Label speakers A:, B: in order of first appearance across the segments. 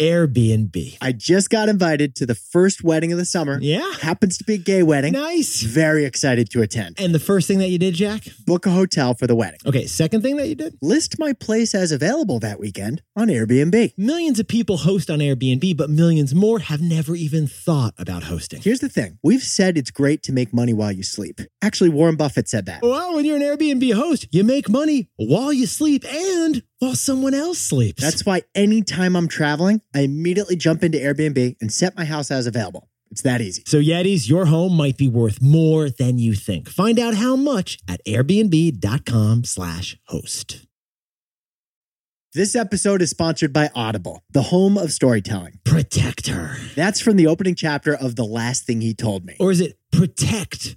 A: Airbnb.
B: I just got invited to the first wedding of the summer.
A: Yeah.
B: Happens to be a gay wedding.
A: Nice.
B: Very excited to attend.
A: And the first thing that you did, Jack?
B: Book a hotel for the wedding.
A: Okay, second thing that you did?
B: List my place as available that weekend on Airbnb.
A: Millions of people host on Airbnb, but millions more have never even thought about hosting.
B: Here's the thing we've said it's great to make money while you sleep. Actually, Warren Buffett said that.
A: Well, when you're an Airbnb host, you make money while you sleep and while someone else sleeps.
B: That's why anytime I'm traveling, I immediately jump into Airbnb and set my house as available. It's that easy.
A: so Yetis, your home might be worth more than you think. Find out how much at airbnb.com slash host.
B: This episode is sponsored by Audible, the home of storytelling.
A: Protect her.
B: That's from the opening chapter of The Last Thing He Told Me.
A: Or is it protect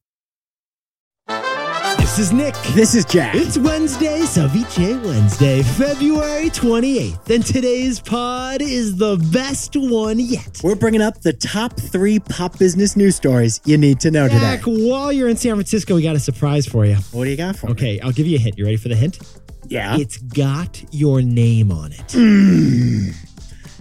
A: This is Nick.
B: This is Jack.
A: It's Wednesday, Ceviche Wednesday, February 28th, and today's pod is the best one yet.
B: We're bringing up the top three pop business news stories you need to know
A: Jack,
B: today.
A: while you're in San Francisco, we got a surprise for you.
B: What do you got for me?
A: Okay, I'll give you a hint. You ready for the hint?
B: Yeah.
A: It's got your name on it.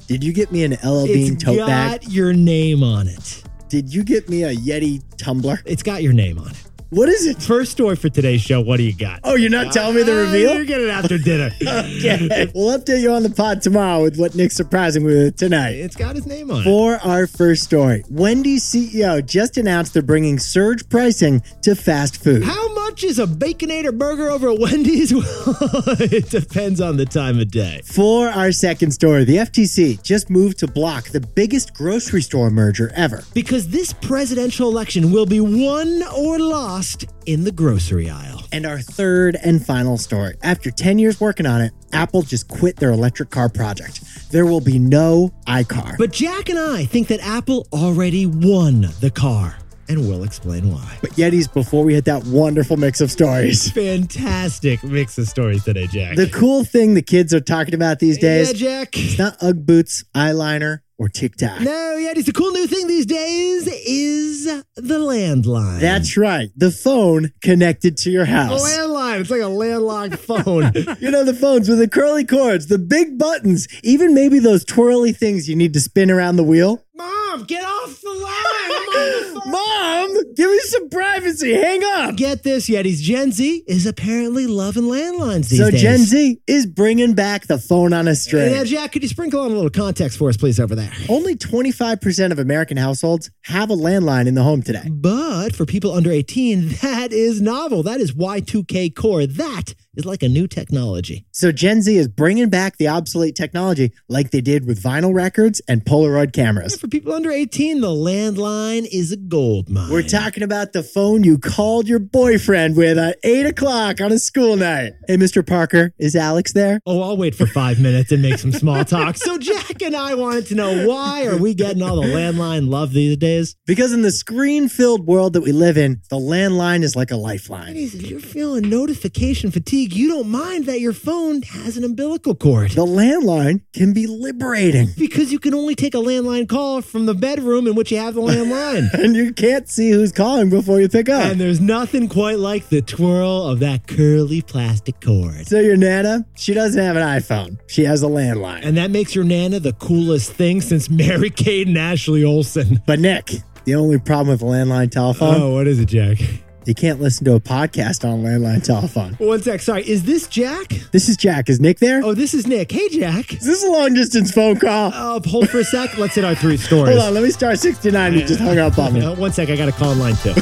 B: Did you get me an LL Bean
A: It's
B: tote
A: got
B: bag?
A: your name on it.
B: Did you get me a Yeti tumbler?
A: It's got your name on it.
B: What is it?
A: First story for today's show. What do you got?
B: Oh, you're not telling me the
A: Ah,
B: reveal?
A: You're getting it after dinner.
B: Okay. We'll update you on the pod tomorrow with what Nick's surprising me with tonight.
A: It's got his name on it.
B: For our first story, Wendy's CEO just announced they're bringing surge pricing to fast food.
A: How much is a Baconator burger over at Wendy's? Well, it depends on the time of day.
B: For our second story, the FTC just moved to block the biggest grocery store merger ever.
A: Because this presidential election will be won or lost in the grocery aisle.
B: And our third and final story. After 10 years working on it, Apple just quit their electric car project. There will be no iCar. But,
A: But Jack and I think that Apple already won the car, and we'll explain why.
B: but Yetis, before we hit that wonderful mix of stories,
A: Fantastic mix of stories today, Jack.
B: the cool thing the kids are talking about these days
A: Yeah, Jack.
B: it's not Ugg boots, eyeliner, or TikTok.
A: No, yeah, it's the cool new thing these days is the landline.
B: That's right, the phone connected to your
A: a
B: house.
A: landline. It's like a landlocked phone.
B: You know, the phones with the curly cords, the big buttons, even maybe those twirly things you need to spin around the wheel.
A: Mom, get off the line. I'm on Oh, the phone.
B: Mom, give me some privacy. Hang up.
A: Get this, Yetis. Gen Z is apparently loving landlines these
B: So
A: days.
B: Gen Z is bringing back the phone on a
A: Yeah,
B: string.
A: Jack, could you sprinkle on a little context for us, please, over there?
B: Only 25% of American households have a landline in the home today.
A: But for people under 18, that is novel. That is Y2K core. That is like a new technology.
B: So Gen Z is bringing back the obsolete technology like they did with vinyl records and Polaroid cameras.
A: For people under 18, the landline is a gold mine.
B: We're talking about the phone you called your boyfriend with at 8 o'clock on a school night. Hey, Mr. Parker, is Alex there?
A: Oh, I'll wait for five minutes and make some small talk. So Jack and I wanted to know why are we getting all the landline love these days?
B: Because in the screen filled world that we live in, the landline is like a lifeline.
A: Ladies, if you're feeling notification fatigue, you don't mind that your phone has an umbilical cord.
B: The landline can be liberating,
A: Because you can only take a landline call from the bedroom in which you have the landline.
B: and you can't see who's calling before you pick up.
A: and there's nothing quite like the twirl of that curly plastic cord.
B: So, your Nana, she doesn't have an iPhone, she has a landline.
A: And that makes your Nana the coolest thing since Mary Kate and Ashley Olsen. Um,
B: But, Nick, the only problem with a landline telephone
A: Oh, what is it, Jack?
B: You can't listen to a podcast on landline telephone.
A: One sec. Sorry. Is this Jack?
B: This is Jack. Is Nick there?
A: Oh, this is Nick. Hey, Jack.
B: Is this a long distance phone call?
A: Uh, hold for a sec. Let's hit our three stories.
B: Hold on, let me start 69. You just hung up on me.
A: Uh, one sec. I got to call in line too.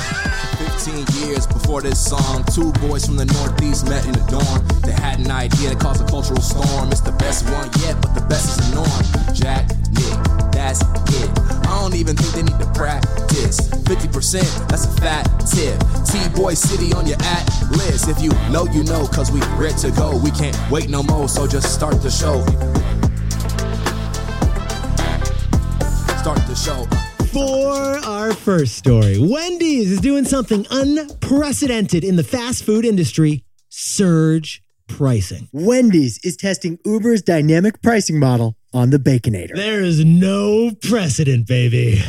C: 15 years before this song, two boys from the Northeast met in the dorm. They had an idea that caused a cultural storm. It's the best one yet, but the best is the norm. Jack, Nick, that's it. I don't even think they need to practice. 50%, that's a fat tip. T-Boy City on your at list. If you know, you know, cause we ready to go. We can't wait no more, so just start the show. Start the show.
A: For our first story, Wendy's is doing something unprecedented in the fast food industry surge pricing.
B: Wendy's is testing Uber's dynamic pricing model on the Baconator.
A: There is no precedent, baby.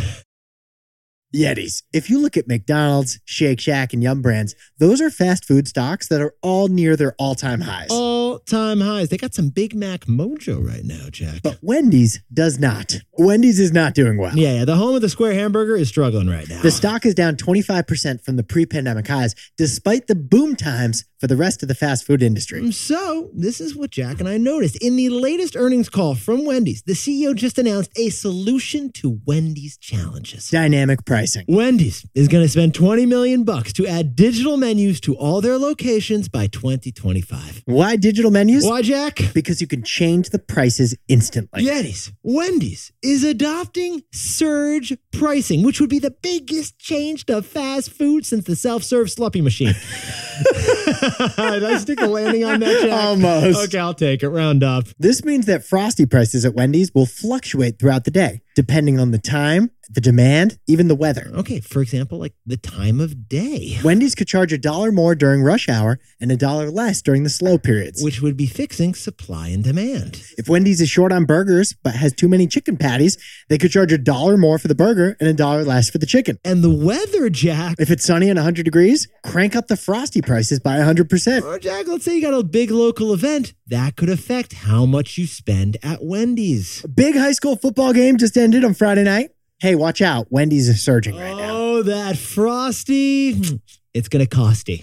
B: Yetis. If you look at McDonald's, Shake Shack, and Yum Brands, those are fast food stocks that are all near their all time highs.
A: All time highs. They got some Big Mac mojo right now, Jack.
B: But Wendy's does not. Wendy's is not doing well.
A: yeah, yeah, the home of the square hamburger is struggling right now.
B: The stock is down 25% from the pre pandemic highs, despite the boom times for the rest of the fast food industry.
A: So, this is what Jack and I noticed. In the latest earnings call from Wendy's, the CEO just announced a solution to Wendy's challenges.
B: Dynamic pricing.
A: Wendy's is going to spend 20 million bucks to add digital menus to all their locations by 2025.
B: Why digital menus?
A: Why, Jack?
B: Because you can change the prices instantly.
A: Yetis, Wendy's is adopting surge pricing, which would be the biggest change to fast food since the self-serve sluppy machine. Did I stick a landing on that, Jack?
B: Almost.
A: Okay, I'll take it. Round up.
B: This means that frosty prices at Wendy's will fluctuate throughout the day, depending on the time, the demand, even the weather.
A: Okay, for example, like the time of day,
B: Wendy's could charge a dollar more during rush hour and a dollar less during the slow periods.
A: which would be fixing supply and demand.
B: If Wendy's is short on burgers but has too many chicken patties, they could charge a dollar more for the burger and a dollar less for the chicken.
A: And the weather, Jack.
B: If it's sunny and 100 degrees, crank up the frosty prices by 100%.
A: Or uh, Jack, let's say you got a big local event that could affect how much you spend at Wendy's.
B: Big high school football game just ended on Friday night. Hey, watch out. Wendy's is surging right now.
A: Oh, that frosty. It's going to cost you.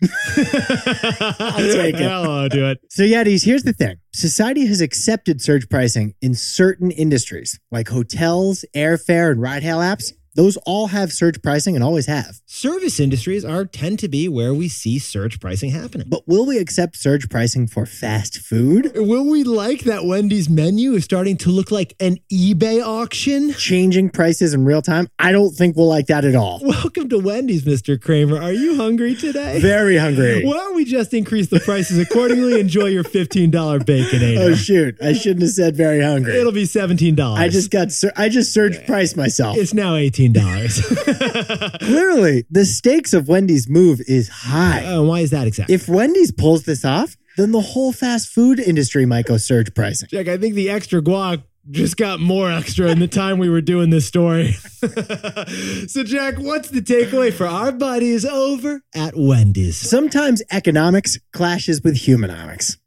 A: I'll
B: take it.
A: I'll do it.
B: So, Yetis, here's the thing society has accepted surge pricing in certain industries like hotels, airfare, and ride hail apps. Those all have surge pricing and always have.
A: Service industries are tend to be where we see surge pricing happening.
B: But will we accept surge pricing for fast food?
A: Will we like that Wendy's menu is starting to look like an eBay auction?
B: Changing prices in real time? I don't think we'll like that at all.
A: Welcome to Wendy's, Mr. Kramer. Are you hungry today?
B: Very hungry.
A: Why don't we just increase the prices accordingly? Enjoy your $15
B: Oh,
A: baconator.
B: shoot. I shouldn't have said very hungry.
A: It'll be $17.
B: I just got, sur- I just surge priced myself.
A: It's now $18.
B: Clearly, the stakes of Wendy's move is high.
A: Uh, why is that exactly?
B: If Wendy's pulls this off, then the whole fast food industry might go surge pricing.
A: Jack, I think the extra guac just got more extra in the time we were doing this story. so, Jack, what's the takeaway for our buddies over at Wendy's?
B: Sometimes economics clashes with humanomics.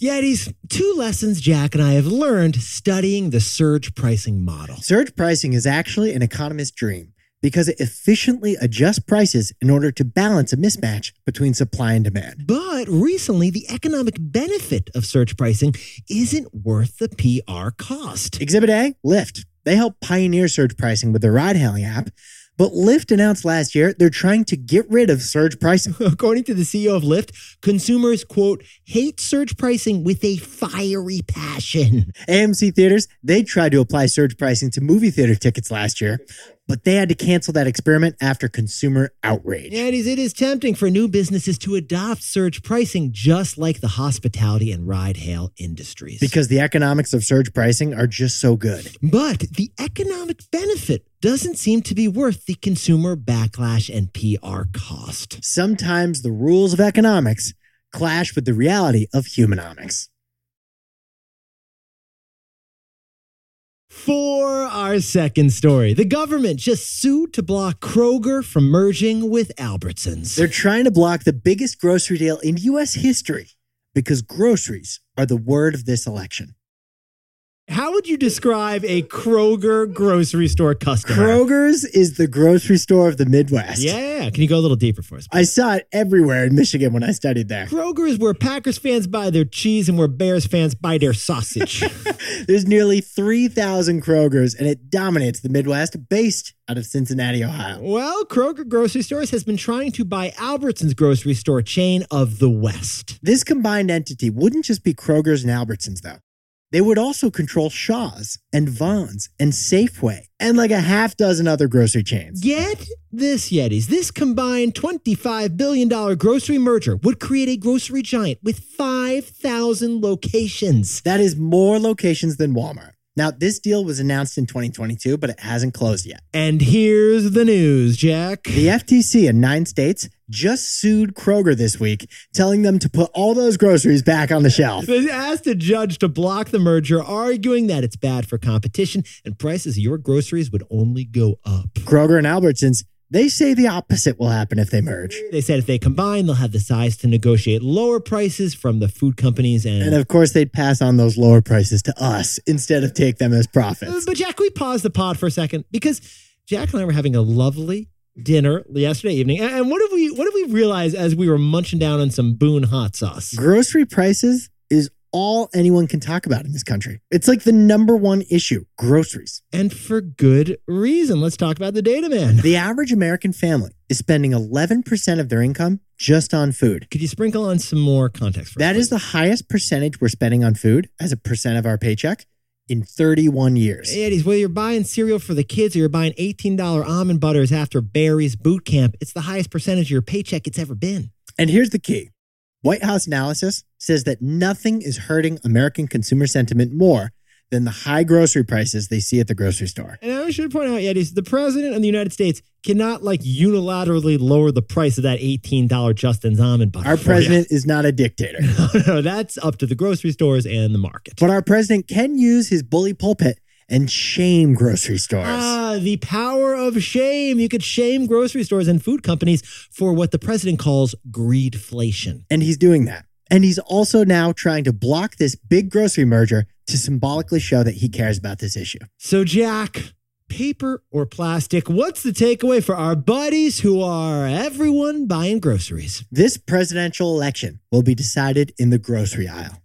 A: Yetis, two lessons Jack and I have learned studying the surge pricing model.
B: Surge pricing is actually an economist's dream because it efficiently adjusts prices in order to balance a mismatch between supply and demand.
A: But recently, the economic benefit of surge pricing isn't worth the PR cost.
B: Exhibit A Lyft. They helped pioneer surge pricing with their ride hailing app, but Lyft announced last year they're trying to get rid of surge pricing.
A: According to the CEO of Lyft, consumers, quote, hate surge pricing with a fiery passion.
B: AMC theaters, they tried to apply surge pricing to movie theater tickets last year, but they had to cancel that experiment after consumer outrage.
A: Yeah, it is, it is tempting for new businesses to adopt surge pricing just like the hospitality and ride hail industries.
B: Because the economics of surge pricing are just so good.
A: but the economic benefit doesn't seem to be worth the consumer backlash and PR cost.
B: Sometimes the rules of economics clash with the reality of humanomics.
A: For our second story, the government just sued to block Kroger from merging with Albertsons.
B: They're trying to block the biggest grocery deal in US history because groceries are the word of this election.
A: How would you describe a Kroger grocery store customer?
B: Kroger's is the grocery store of the Midwest.
A: Yeah. Can you go a little deeper for us?
B: I saw it everywhere in Michigan when I studied there.
A: Kroger is where Packers fans buy their cheese and where Bears fans buy their sausage.
B: There's nearly 3,000 Kroger's and it dominates the Midwest based out of Cincinnati, Ohio.
A: well, Kroger Grocery Stores has been trying to buy Albertson's grocery store chain of the West.
B: This combined entity wouldn't just be Kroger's and Albertsons, though. They would also control Shaw's and Vaughn's and Safeway and like a half dozen other grocery chains.
A: Yet this Yetis, this combined $25 billion grocery merger would create a grocery giant with 5,000 locations.
B: That is more locations than Walmart. Now, this deal was announced in 2022, but it hasn't closed yet.
A: And here's the news, Jack.
B: The FTC in nine states just sued Kroger this week, telling them to put all those groceries back on the shelf.
A: They asked a judge to block the merger, arguing that it's bad for competition and prices of your groceries would only go up.
B: Kroger and Albertsons, they say the opposite will happen if they merge.
A: They said if they combine, they'll have the size to negotiate lower prices from the food companies and.
B: And of course, they'd pass on those lower prices to us instead of take them as profits.
A: but Jack, can we pause the pod for a second because Jack and I were having a lovely dinner yesterday evening, and- and what did we what did we realize as we were munching down on some Boone hot sauce?
B: Grocery prices is all anyone can talk about in this country. It's like the number one issue groceries.
A: And for good reason. Let's talk about the data man.
B: The average American family is spending 11% of their income just on food.
A: Could you sprinkle on some more context for us,
B: That is the highest percentage we're spending on food as a percent of our paycheck in 31 years.
A: Eddies, whether you're buying cereal for the kids or you're buying $18 almond butters after Barry's boot camp, it's the highest percentage of your paycheck it's ever been.
B: And here's the key White House analysis says that nothing is hurting American consumer sentiment more than the high grocery prices they see at the grocery store.
A: And I should point out, Eddies, the president of the United States cannot like unilaterally lower the price of that $18 Justin's almond butter. Oh,
B: Our
A: for
B: president is not a dictator,
A: you. no, that's up to the grocery stores and the market.
B: but our president can use his bully pulpit and shame grocery stores.
A: Ah, the power of shame. You could shame grocery stores and food companies for what the president calls greedflation.
B: and he's doing that. And he's also now trying to block this big grocery merger to symbolically show that he cares about this issue.
A: So, Jack, paper or plastic, what's the takeaway for our buddies who are everyone buying groceries?
B: This presidential election will be decided in the grocery aisle.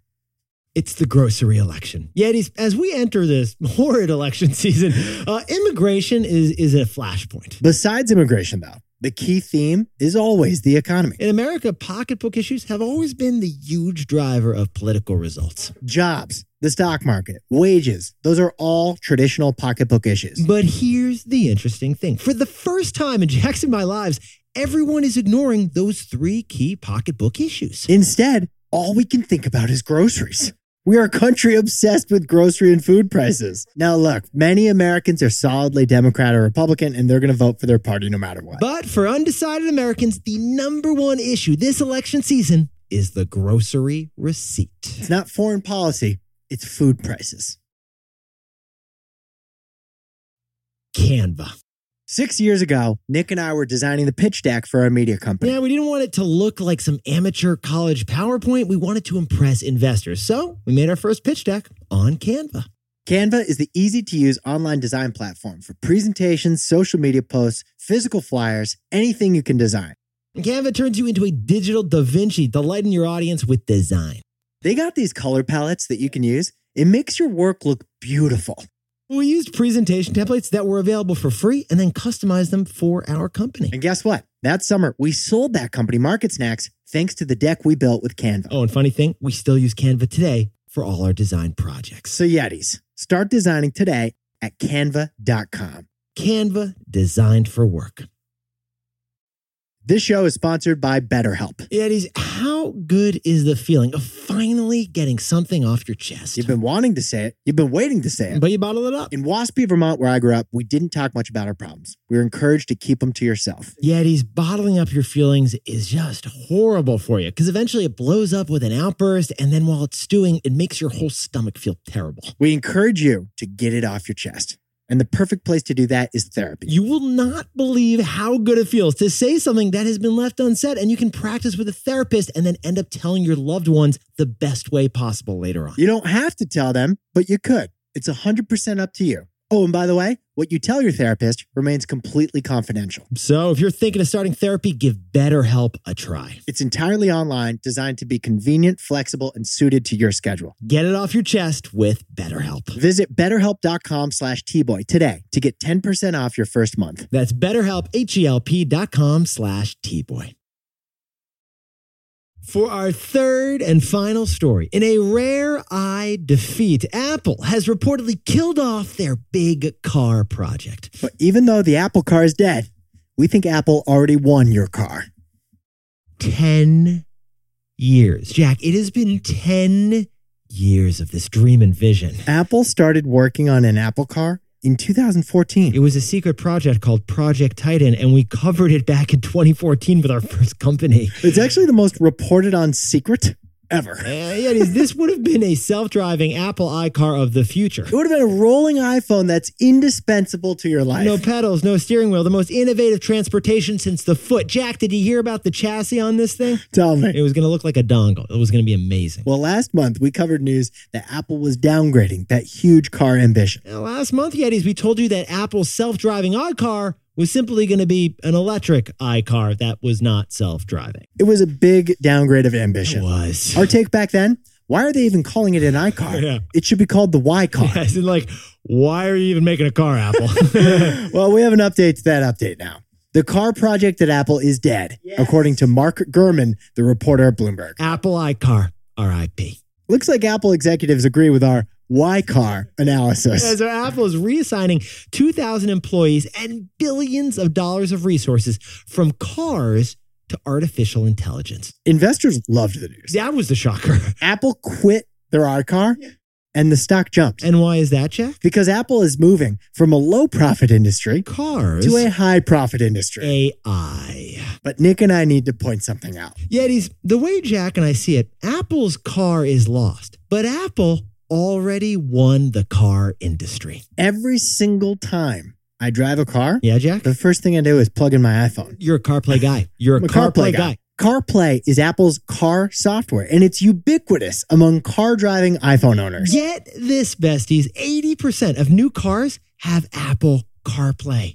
A: It's the grocery election. Yet, as- as we enter this horrid election season, uh, immigration is, is a flashpoint.
B: Besides immigration, though, the key theme is always the economy.
A: In America, pocketbook issues have always been the huge driver of political results.
B: jobs, the stock market, wages, those are all traditional pocketbook issues.
A: But here's the interesting thing for the first time in Jackson My Lives, everyone is ignoring those three key pocketbook issues.
B: Instead, all we can think about is groceries. We are a country obsessed with grocery and food prices. Now, look, many Americans are solidly Democrat or Republican, and they're going to vote for their party no matter what.
A: But for undecided Americans, the number one issue this election season is the grocery receipt.
B: it's not foreign policy, it's food prices.
A: Canva.
B: Six years ago, Nick and I were designing the pitch deck for our media company.
A: Yeah, we didn't want it to look like some amateur college PowerPoint. We wanted to impress investors. So we made our first pitch deck on Canva.
B: Canva is the easy to use online design platform for presentations, social media posts, physical flyers, anything you can design.
A: And Canva turns you into a digital Da Vinci, delighting your audience with design.
B: They got these color palettes that you can use. It makes your work look beautiful.
A: We used presentation templates that were available for free and then customized them for our company.
B: And guess what? That summer, we sold that company Market Snacks thanks to the deck we built with Canva.
A: Oh, and funny thing, we still use Canva today for all our design projects.
B: So, Yetis, start designing today at canva.com.
A: Canva designed for work.
B: This show is sponsored by BetterHelp.
A: Eddies, how good is the feeling of finally getting something off your chest?
B: You've been wanting to say it, you've been waiting to say it.
A: But you bottle it up.
B: In Waspy, Vermont, where I grew up, we didn't talk much about our problems. We were encouraged to keep them to yourself.
A: Yetis, bottling up your feelings is just horrible for you because eventually it blows up with an outburst. And then while it's stewing, it makes your whole stomach feel terrible.
B: We encourage you to get it off your chest. And the perfect place to do that is therapy.
A: You will not believe how good it feels to say something that has been left unsaid, and you can practice with a therapist and then end up telling your loved ones the best way possible later on.
B: You don't have to tell them, but you could. It's 100% up to you. Oh, and by the way, what you tell your therapist remains completely confidential.
A: So if you're thinking of starting therapy, give BetterHelp a try.
B: It's entirely online, designed to be convenient, flexible, and suited to your schedule.
A: Get it off your chest with BetterHelp.
B: Visit betterhelp.com slash tboy today to get 10% off your first month.
A: That's BetterHelp, H-E-L-P dot com slash T-Boy. For our third and final story, in a rare eye defeat, Apple has reportedly killed off their big car project.
B: But even though the Apple car is dead, we think Apple already won your car.
A: 10 years. Jack, it has been 10 years of this dream and vision.
B: Apple started working on an Apple car in 2014.
A: It was a secret project called Project Titan, and we covered it back in 2014 with our first company.
B: It's actually the most reported on secret ever.
A: Uh, yeah, it is- this would have been a self driving Apple iCar of the future.
B: It would have been a rolling iPhone that's indispensable to your life.
A: No pedals, no steering wheel, the most innovative transportation since the foot. Jack, did you hear about the chassis on this thing?
B: Tell
A: It
B: me.
A: was going to look like a dongle. It was going to be amazing.
B: Well, last month we covered news that Apple was downgrading that huge car ambition.
A: Uh, Last month, Yetis, we told you that Apple's self driving iCar was simply going to be an electric iCar that was not self driving.
B: It was a big downgrade of
A: It
B: ambition.
A: was.
B: Our take back then why are they even calling it an iCar?
A: Yeah.
B: It should be called the Y car.
A: I said, like, why are you even making a car, Apple?
B: well, we have an update to that update now. The car project at Apple is dead, according to Mark Gurman, the reporter at Bloomberg.
A: Apple iCar, RIP.
B: Looks like Apple executives agree with our why car
A: Yeah,
B: analysis.
A: so Apple is reassigning 2,000 employees and billions of dollars of resources from cars to artificial intelligence.
B: Investors loved the news.
A: That was the shocker.
B: Apple quit their iCar and the stock jumped
A: And why is that, Jack?
B: because Apple is moving from a low profit industry
A: Cars.
B: to a high profit industry.
A: AI.
B: But Nick and I need to point something out.
A: Yetis, the way Jack and I see it, Apple's car is lost, but Apple already won the car industry.
B: Every single time I drive a car,
A: Yeah, Jack?
B: the first thing I do is plug in my iPhone.
A: You're a CarPlay guy. You're a,
B: I'm a
A: CarPlay,
B: CarPlay
A: guy.
B: guy. CarPlay is Apple's car software, and it's ubiquitous among car driving iPhone owners.
A: Get this, besties 80% of new cars have Apple CarPlay.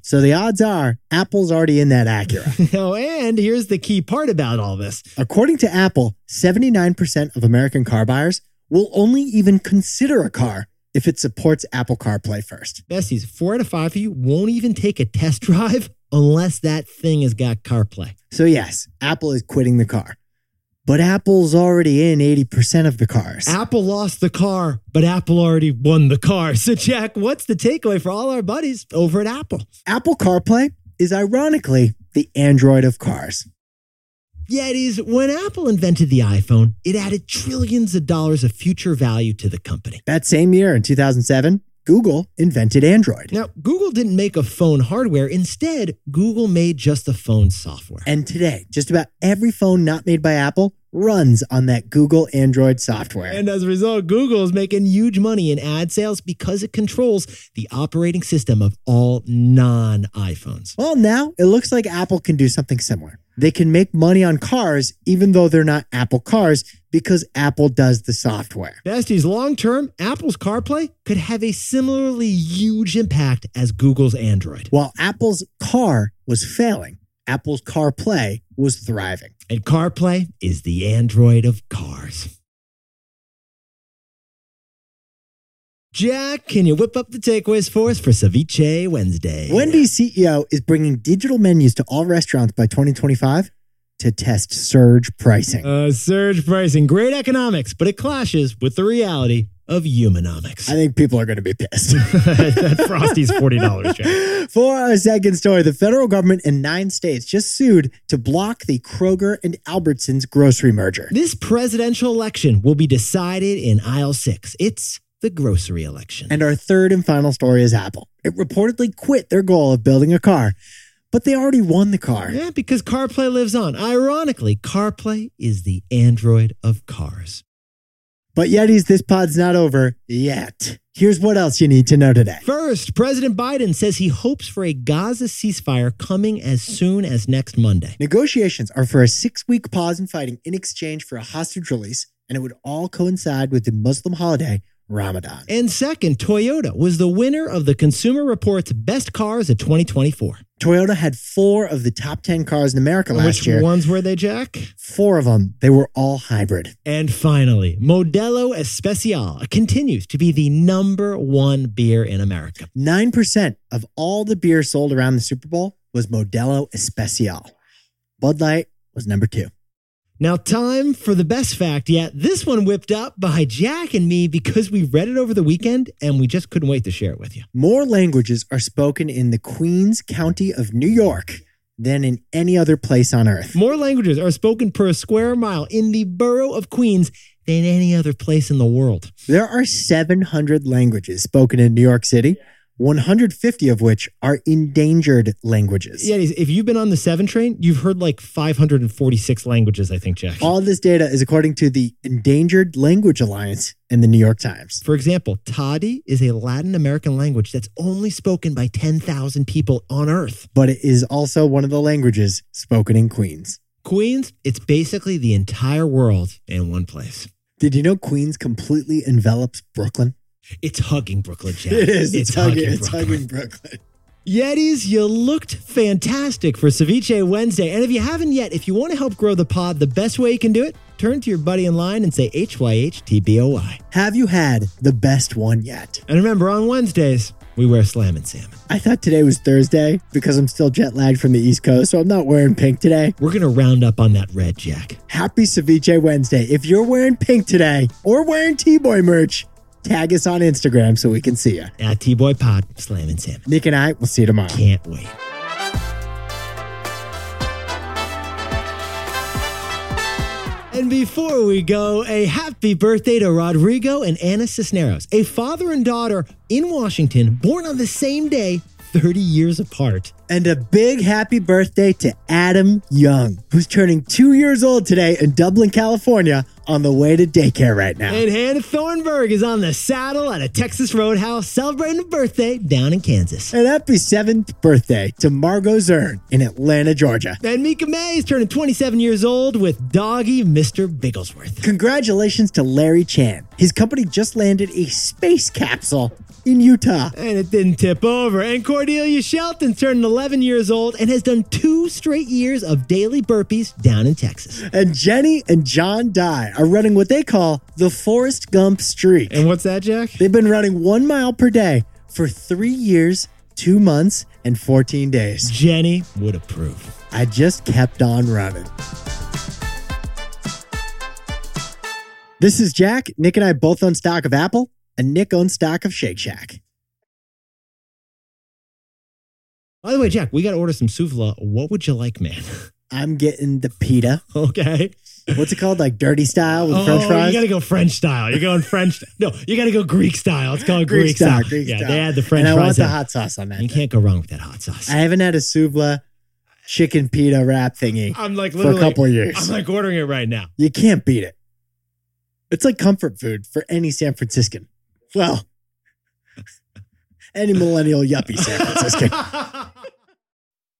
B: So the odds are Apple's already in that Acura.
A: Oh, and here's the key part about all this.
B: According to Apple, 79% of American car buyers will only even consider a car if it supports Apple CarPlay first.
A: Besties, four out of five of you won't even take a test drive unless that thing has got CarPlay.
B: So, yes, Apple is quitting the car, but Apple's already in 80% of the cars.
A: Apple lost the car, but Apple already won the car. So, Jack, what's the takeaway for all our buddies over at Apple?
B: Apple CarPlay is ironically the Android of cars.
A: Yeah, it is. When Apple invented the iPhone, it added trillions of dollars of future value to the company.
B: That same year in 2007, Google invented Android.
A: Now, Google didn't make a phone hardware. Instead, Google made just the phone software.
B: And today, just about every phone not made by Apple runs on that Google Android software.
A: And as a result, Google is making huge money in ad sales because it controls the operating system of all non iPhones.
B: well, now it looks like Apple can do something similar. They can make money on cars, even though they're not Apple cars, because Apple does the software.
A: Besties, long term, Apple's CarPlay could have a similarly huge impact as Google's Android.
B: While Apple's car was failing, Apple's CarPlay was thriving.
A: And CarPlay is the Android of cars. Jack, can you whip up the takeaways for us for Ceviche Wednesday?
B: Wendy's CEO E is bringing digital menus to all restaurants by 2025 to test surge pricing.
A: Uh, surge pricing, great economics, but it clashes with the reality of humanomics.
B: I think people are going to be pissed.
A: that Frosty's forty dollars, Jack.
B: For our second story, the federal government in nine states just sued to block the Kroger and Albertsons grocery merger.
A: This presidential election will be decided in aisle six. It's the grocery election.
B: And our third and final story is Apple. It reportedly quit their goal of building a car, but they already won the car.
A: yeah, because CarPlay lives on. Ironically, CarPlay is the Android of cars.
B: But Yetis, this pod's not over yet. Here's what else you need to know today.
A: First, President Biden says he hopes for a Gaza ceasefire coming as soon as next Monday.
B: Negotiations are for a six week pause in fighting in exchange for a hostage release, and it would all coincide with the Muslim holiday Ramadan.
A: And second, Toyota was the winner of the Consumer Reports Best Cars of 2024.
B: Toyota had four of the top 10 cars in America last
A: Which
B: year.
A: ones were they, Jack?
B: Four of them, they were all hybrid.
A: And finally, Modelo Especial continues to be the number one beer in America.
B: 9% of all the beer sold around the Super Bowl was Modelo Especial. Bud Light was number two.
A: Now, time for the best fact yet. This one whipped up by Jack and me because we read it over the weekend and we just couldn't wait to share it with you.
B: More languages are spoken in the Queens County of New York than in any other place on earth.
A: More languages are spoken per square mile in the borough of Queens than any other place in the world.
B: There are 700 languages spoken in New York City, 150 of which are endangered languages.
A: Yeah, if you've been on the seven train, you've heard like 546 languages, I think, Jack.
B: All this data is according to the Endangered Language Alliance and the New York Times.
A: For example, Tadi is a Latin American language that's only spoken by 10,000 people on Earth.
B: But it is also one of the languages spoken in Queens.
A: Queens, it's basically the entire world in one place.
B: Did you know Queens completely envelops Brooklyn?
A: It's hugging Brooklyn, Jack.
B: It is. It's, hugging, it's
A: Brooklyn.
B: hugging Brooklyn.
A: Yetis, you looked fantastic for Ceviche Wednesday. And if you haven't yet, if you want to help grow the pod, the best way you can do it, turn to your buddy in line and say HYHTBOI.
B: Have you had the best one yet?
A: And remember, on Wednesdays, we wear slam and salmon.
B: I thought today was Thursday because I'm still jet lagged from the East Coast, so I'm not wearing pink today.
A: We're going to round up on that red, Jack.
B: Happy Ceviche Wednesday. If you're wearing pink today or wearing T Boy merch, tag us on Instagram so we can see you.
A: At T-Boy Pod, slam and salmon.
B: Nick and I will see you tomorrow.
A: Can't wait. And before we go, a happy birthday to Rodrigo and Anna Cisneros, a father and daughter in Washington, born on the same day, 30 years apart.
B: And a big happy birthday to Adam Young, who's turning two years old today in Dublin, California, on the way to daycare right now.
A: And Hannah Thornburg is on the saddle at a Texas Roadhouse celebrating a birthday down in Kansas.
B: And happy seventh birthday to Margot Zern in Atlanta, Georgia.
A: And Mika May is turning 27 years old with doggy Mr. Bigglesworth.
B: Congratulations to Larry Chan. His company just landed a space capsule in Utah.
A: And it didn't tip over. And Cordelia Shelton turned 11 years old and has done two straight years of daily burpees down in Texas.
B: And Jenny and John Dye are running what they call the Forrest Gump streak.
A: And what's that, Jack?
B: They've been running one mile per day for three years, two months, and 14 days.
A: Jenny would approve.
B: I just kept on running. This is Jack. Nick and I both own stock of Apple, and Nick owns stock of Shake Shack.
A: By the way, Jack, we got to order some souvla. What would you like, man?
B: I'm getting the pita.
A: okay.
B: What's it called? Like dirty style with French
A: Oh,
B: fries?
A: You got to go French style. You're going French. no, you got to go Greek style. It's called Greek,
B: Greek style,
A: style.
B: Greek
A: yeah,
B: style.
A: they add the French
B: and I want
A: fries.
B: the
A: in.
B: hot sauce on that.
A: you can't go wrong with that hot sauce.
B: I haven't had a souvla chicken pita wrap thingy.
A: I'm like
B: For a
A: literally
B: couple years.
A: I'm like ordering it right now.
B: You can't beat it. It's like comfort food for any San Franciscan. Well, any millennial yuppie San Franciscan.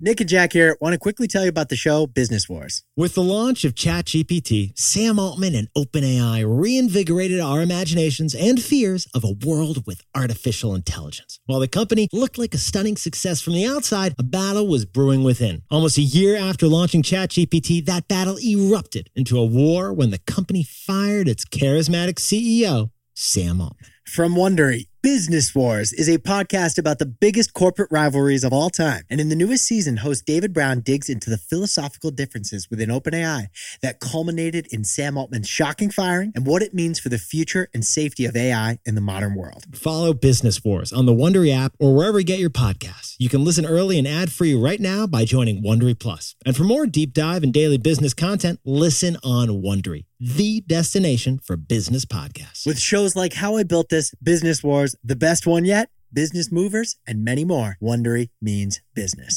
B: Nick and Jack here want to quickly tell you about the show Business Wars.
A: With the launch of ChatGPT, Sam Altman and OpenAI reinvigorated our imaginations and fears of a world with artificial intelligence. While the company looked like a stunning success from the outside, a battle was brewing within. Almost a year after launching ChatGPT, that battle erupted into a war when the company fired its charismatic CEO, Sam Altman.
B: From Wondery, Business Wars is a podcast about the biggest corporate rivalries of all time. And in the newest season, host David Brown digs into the philosophical differences within OpenAI that culminated in Sam Altman's shocking firing and what it means for the future and safety of AI in the modern world.
A: Follow Business Wars on the Wondery app or wherever you get your podcasts. You can listen early and ad-free right now by joining Wondery Plus. And for more deep dive and daily business content, listen on Wondery, the destination for business podcasts.
B: With shows like How I Built This, Business Wars, The Best One Yet, Business Movers, and many more, Wondery means business.